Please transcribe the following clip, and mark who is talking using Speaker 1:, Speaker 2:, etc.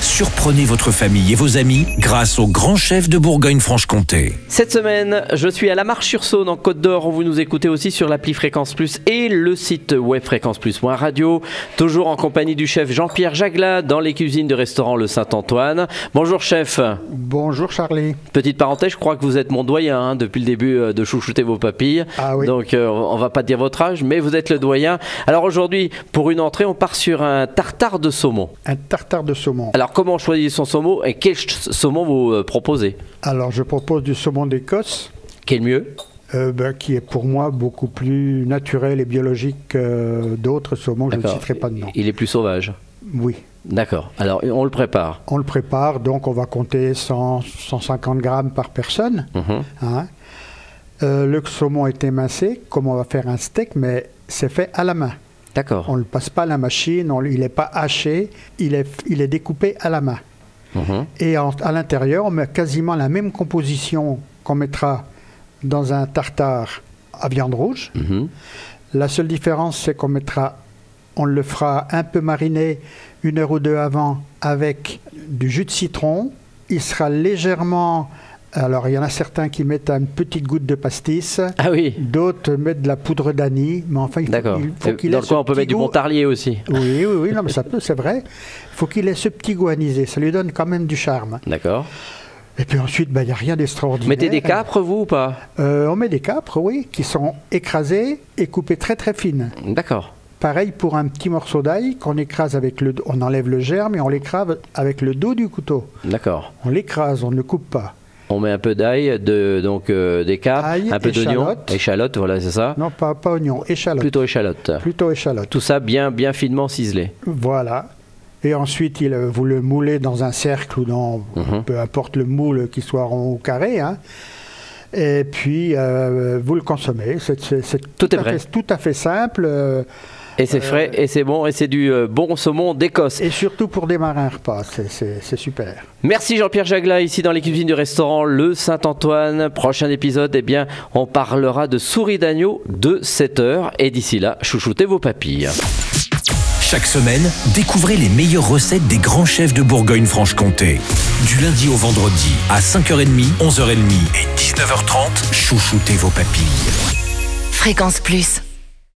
Speaker 1: Surprenez votre famille et vos amis grâce au grand chef de Bourgogne-Franche-Comté.
Speaker 2: Cette semaine, je suis à la Marche-sur-Saône en Côte d'Or. Vous nous écoutez aussi sur l'appli Fréquence Plus et le site web fréquenceplus.radio. Toujours en compagnie du chef Jean-Pierre Jagla dans les cuisines du restaurant Le Saint-Antoine. Bonjour chef.
Speaker 3: Bonjour Charlie.
Speaker 2: Petite parenthèse, je crois que vous êtes mon doyen hein, depuis le début euh, de chouchouter vos papilles.
Speaker 3: Ah oui.
Speaker 2: Donc euh, on va pas dire votre âge, mais vous êtes le doyen. Alors aujourd'hui, pour une entrée, on part sur un tartare de saumon.
Speaker 3: Un tartare de saumon.
Speaker 2: Alors comment choisir son saumon et quel ch- saumon vous euh, proposez
Speaker 3: Alors je propose du saumon d'Écosse,
Speaker 2: Quel mieux
Speaker 3: euh, ben, qui est pour moi beaucoup plus naturel et biologique que d'autres saumons. Je ne
Speaker 2: D'accord.
Speaker 3: citerai pas de nom.
Speaker 2: Il est plus sauvage.
Speaker 3: Oui.
Speaker 2: D'accord. Alors on le prépare.
Speaker 3: On le prépare, donc on va compter 100, 150 grammes par personne.
Speaker 2: Mhm.
Speaker 3: hein. Euh, le saumon est émincé, comme on va faire un steak, mais c'est fait à la main.
Speaker 2: D'accord.
Speaker 3: On ne le passe pas à la machine, on- il n'est pas haché, il est, il est découpé à la main.
Speaker 2: Mhm.
Speaker 3: Et en- à l'intérieur, on met quasiment la même composition qu'on mettra dans un tartare à viande rouge.
Speaker 2: Mhm.
Speaker 3: La seule différence, c'est qu'on mettra, on le fera un peu mariner une heure ou deux avant avec du jus de citron. Il sera légèrement, alors il y en a certains qui mettent une petite goutte de pastis.
Speaker 2: Ah oui.
Speaker 3: D'autres mettent de la poudre d'anis, mais enfin, il faut,
Speaker 2: D'accord.
Speaker 3: il faut
Speaker 2: Et
Speaker 3: qu'il
Speaker 2: Dans
Speaker 3: ait
Speaker 2: le
Speaker 3: ce
Speaker 2: coin, on peut
Speaker 3: petit
Speaker 2: mettre du
Speaker 3: goût-
Speaker 2: Montarlier aussi.
Speaker 3: Oui, oui, oui, non, mais ça peut, c'est vrai. Il faut qu'il ait ce petit goût anisé, ça lui donne quand même du charme.
Speaker 2: D'accord.
Speaker 3: Et puis ensuite, ben, il n'y a rien d'extraordinaire.
Speaker 2: Mettez des capres, vous ou pas
Speaker 3: Euh, On met des capres, oui, qui sont écrasées et coupées très très fines.
Speaker 2: D'accord.
Speaker 3: Pareil pour un petit morceau d'ail qu'on écrase avec le... On enlève le germe et on l'écrase avec le dos du couteau.
Speaker 2: D'accord.
Speaker 3: On l'écrase, on ne le coupe pas.
Speaker 2: On met un peu d'ail, de, donc euh, des capres,
Speaker 3: Ail,
Speaker 2: un peu d'oignon,
Speaker 3: échalote.
Speaker 2: échalote, voilà, c'est ça.
Speaker 3: Non, pas, pas oignon, échalote.
Speaker 2: Plutôt échalote.
Speaker 3: Plutôt échalote.
Speaker 2: Tout ça bien, bien finement ciselé.
Speaker 3: Voilà. Et ensuite, il, euh, vous le moulez dans un cercle ou dans
Speaker 2: Mhm.
Speaker 3: peu importe le moule, qu'il soit rond ou carré. hein. Et puis, euh, vous le consommez. C'est c'est- c'est
Speaker 2: Tout est
Speaker 3: à
Speaker 2: prêt.
Speaker 3: fait- tout à fait simple. euh,
Speaker 2: Et c'est frais, et c'est bon, et c'est du euh, bon saumon d'Écosse.
Speaker 3: Et surtout pour démarrer un repas, c'est- c'est c'est super.
Speaker 2: Merci Jean-Pierre Jagla, ici dans les cuisines du restaurant Le Saint-Antoine. Prochain épisode, eh bien, on parlera de souris d'agneau de 7h. Et d'ici là, chouchoutez vos papilles.
Speaker 1: Chaque semaine, découvrez les meilleures recettes des grands chefs de Bourgogne-Franche-Comté. Du lundi au vendredi, à 5h30, 11h30 et 19h30, chouchoutez vos papilles.
Speaker 4: Fréquence Plus.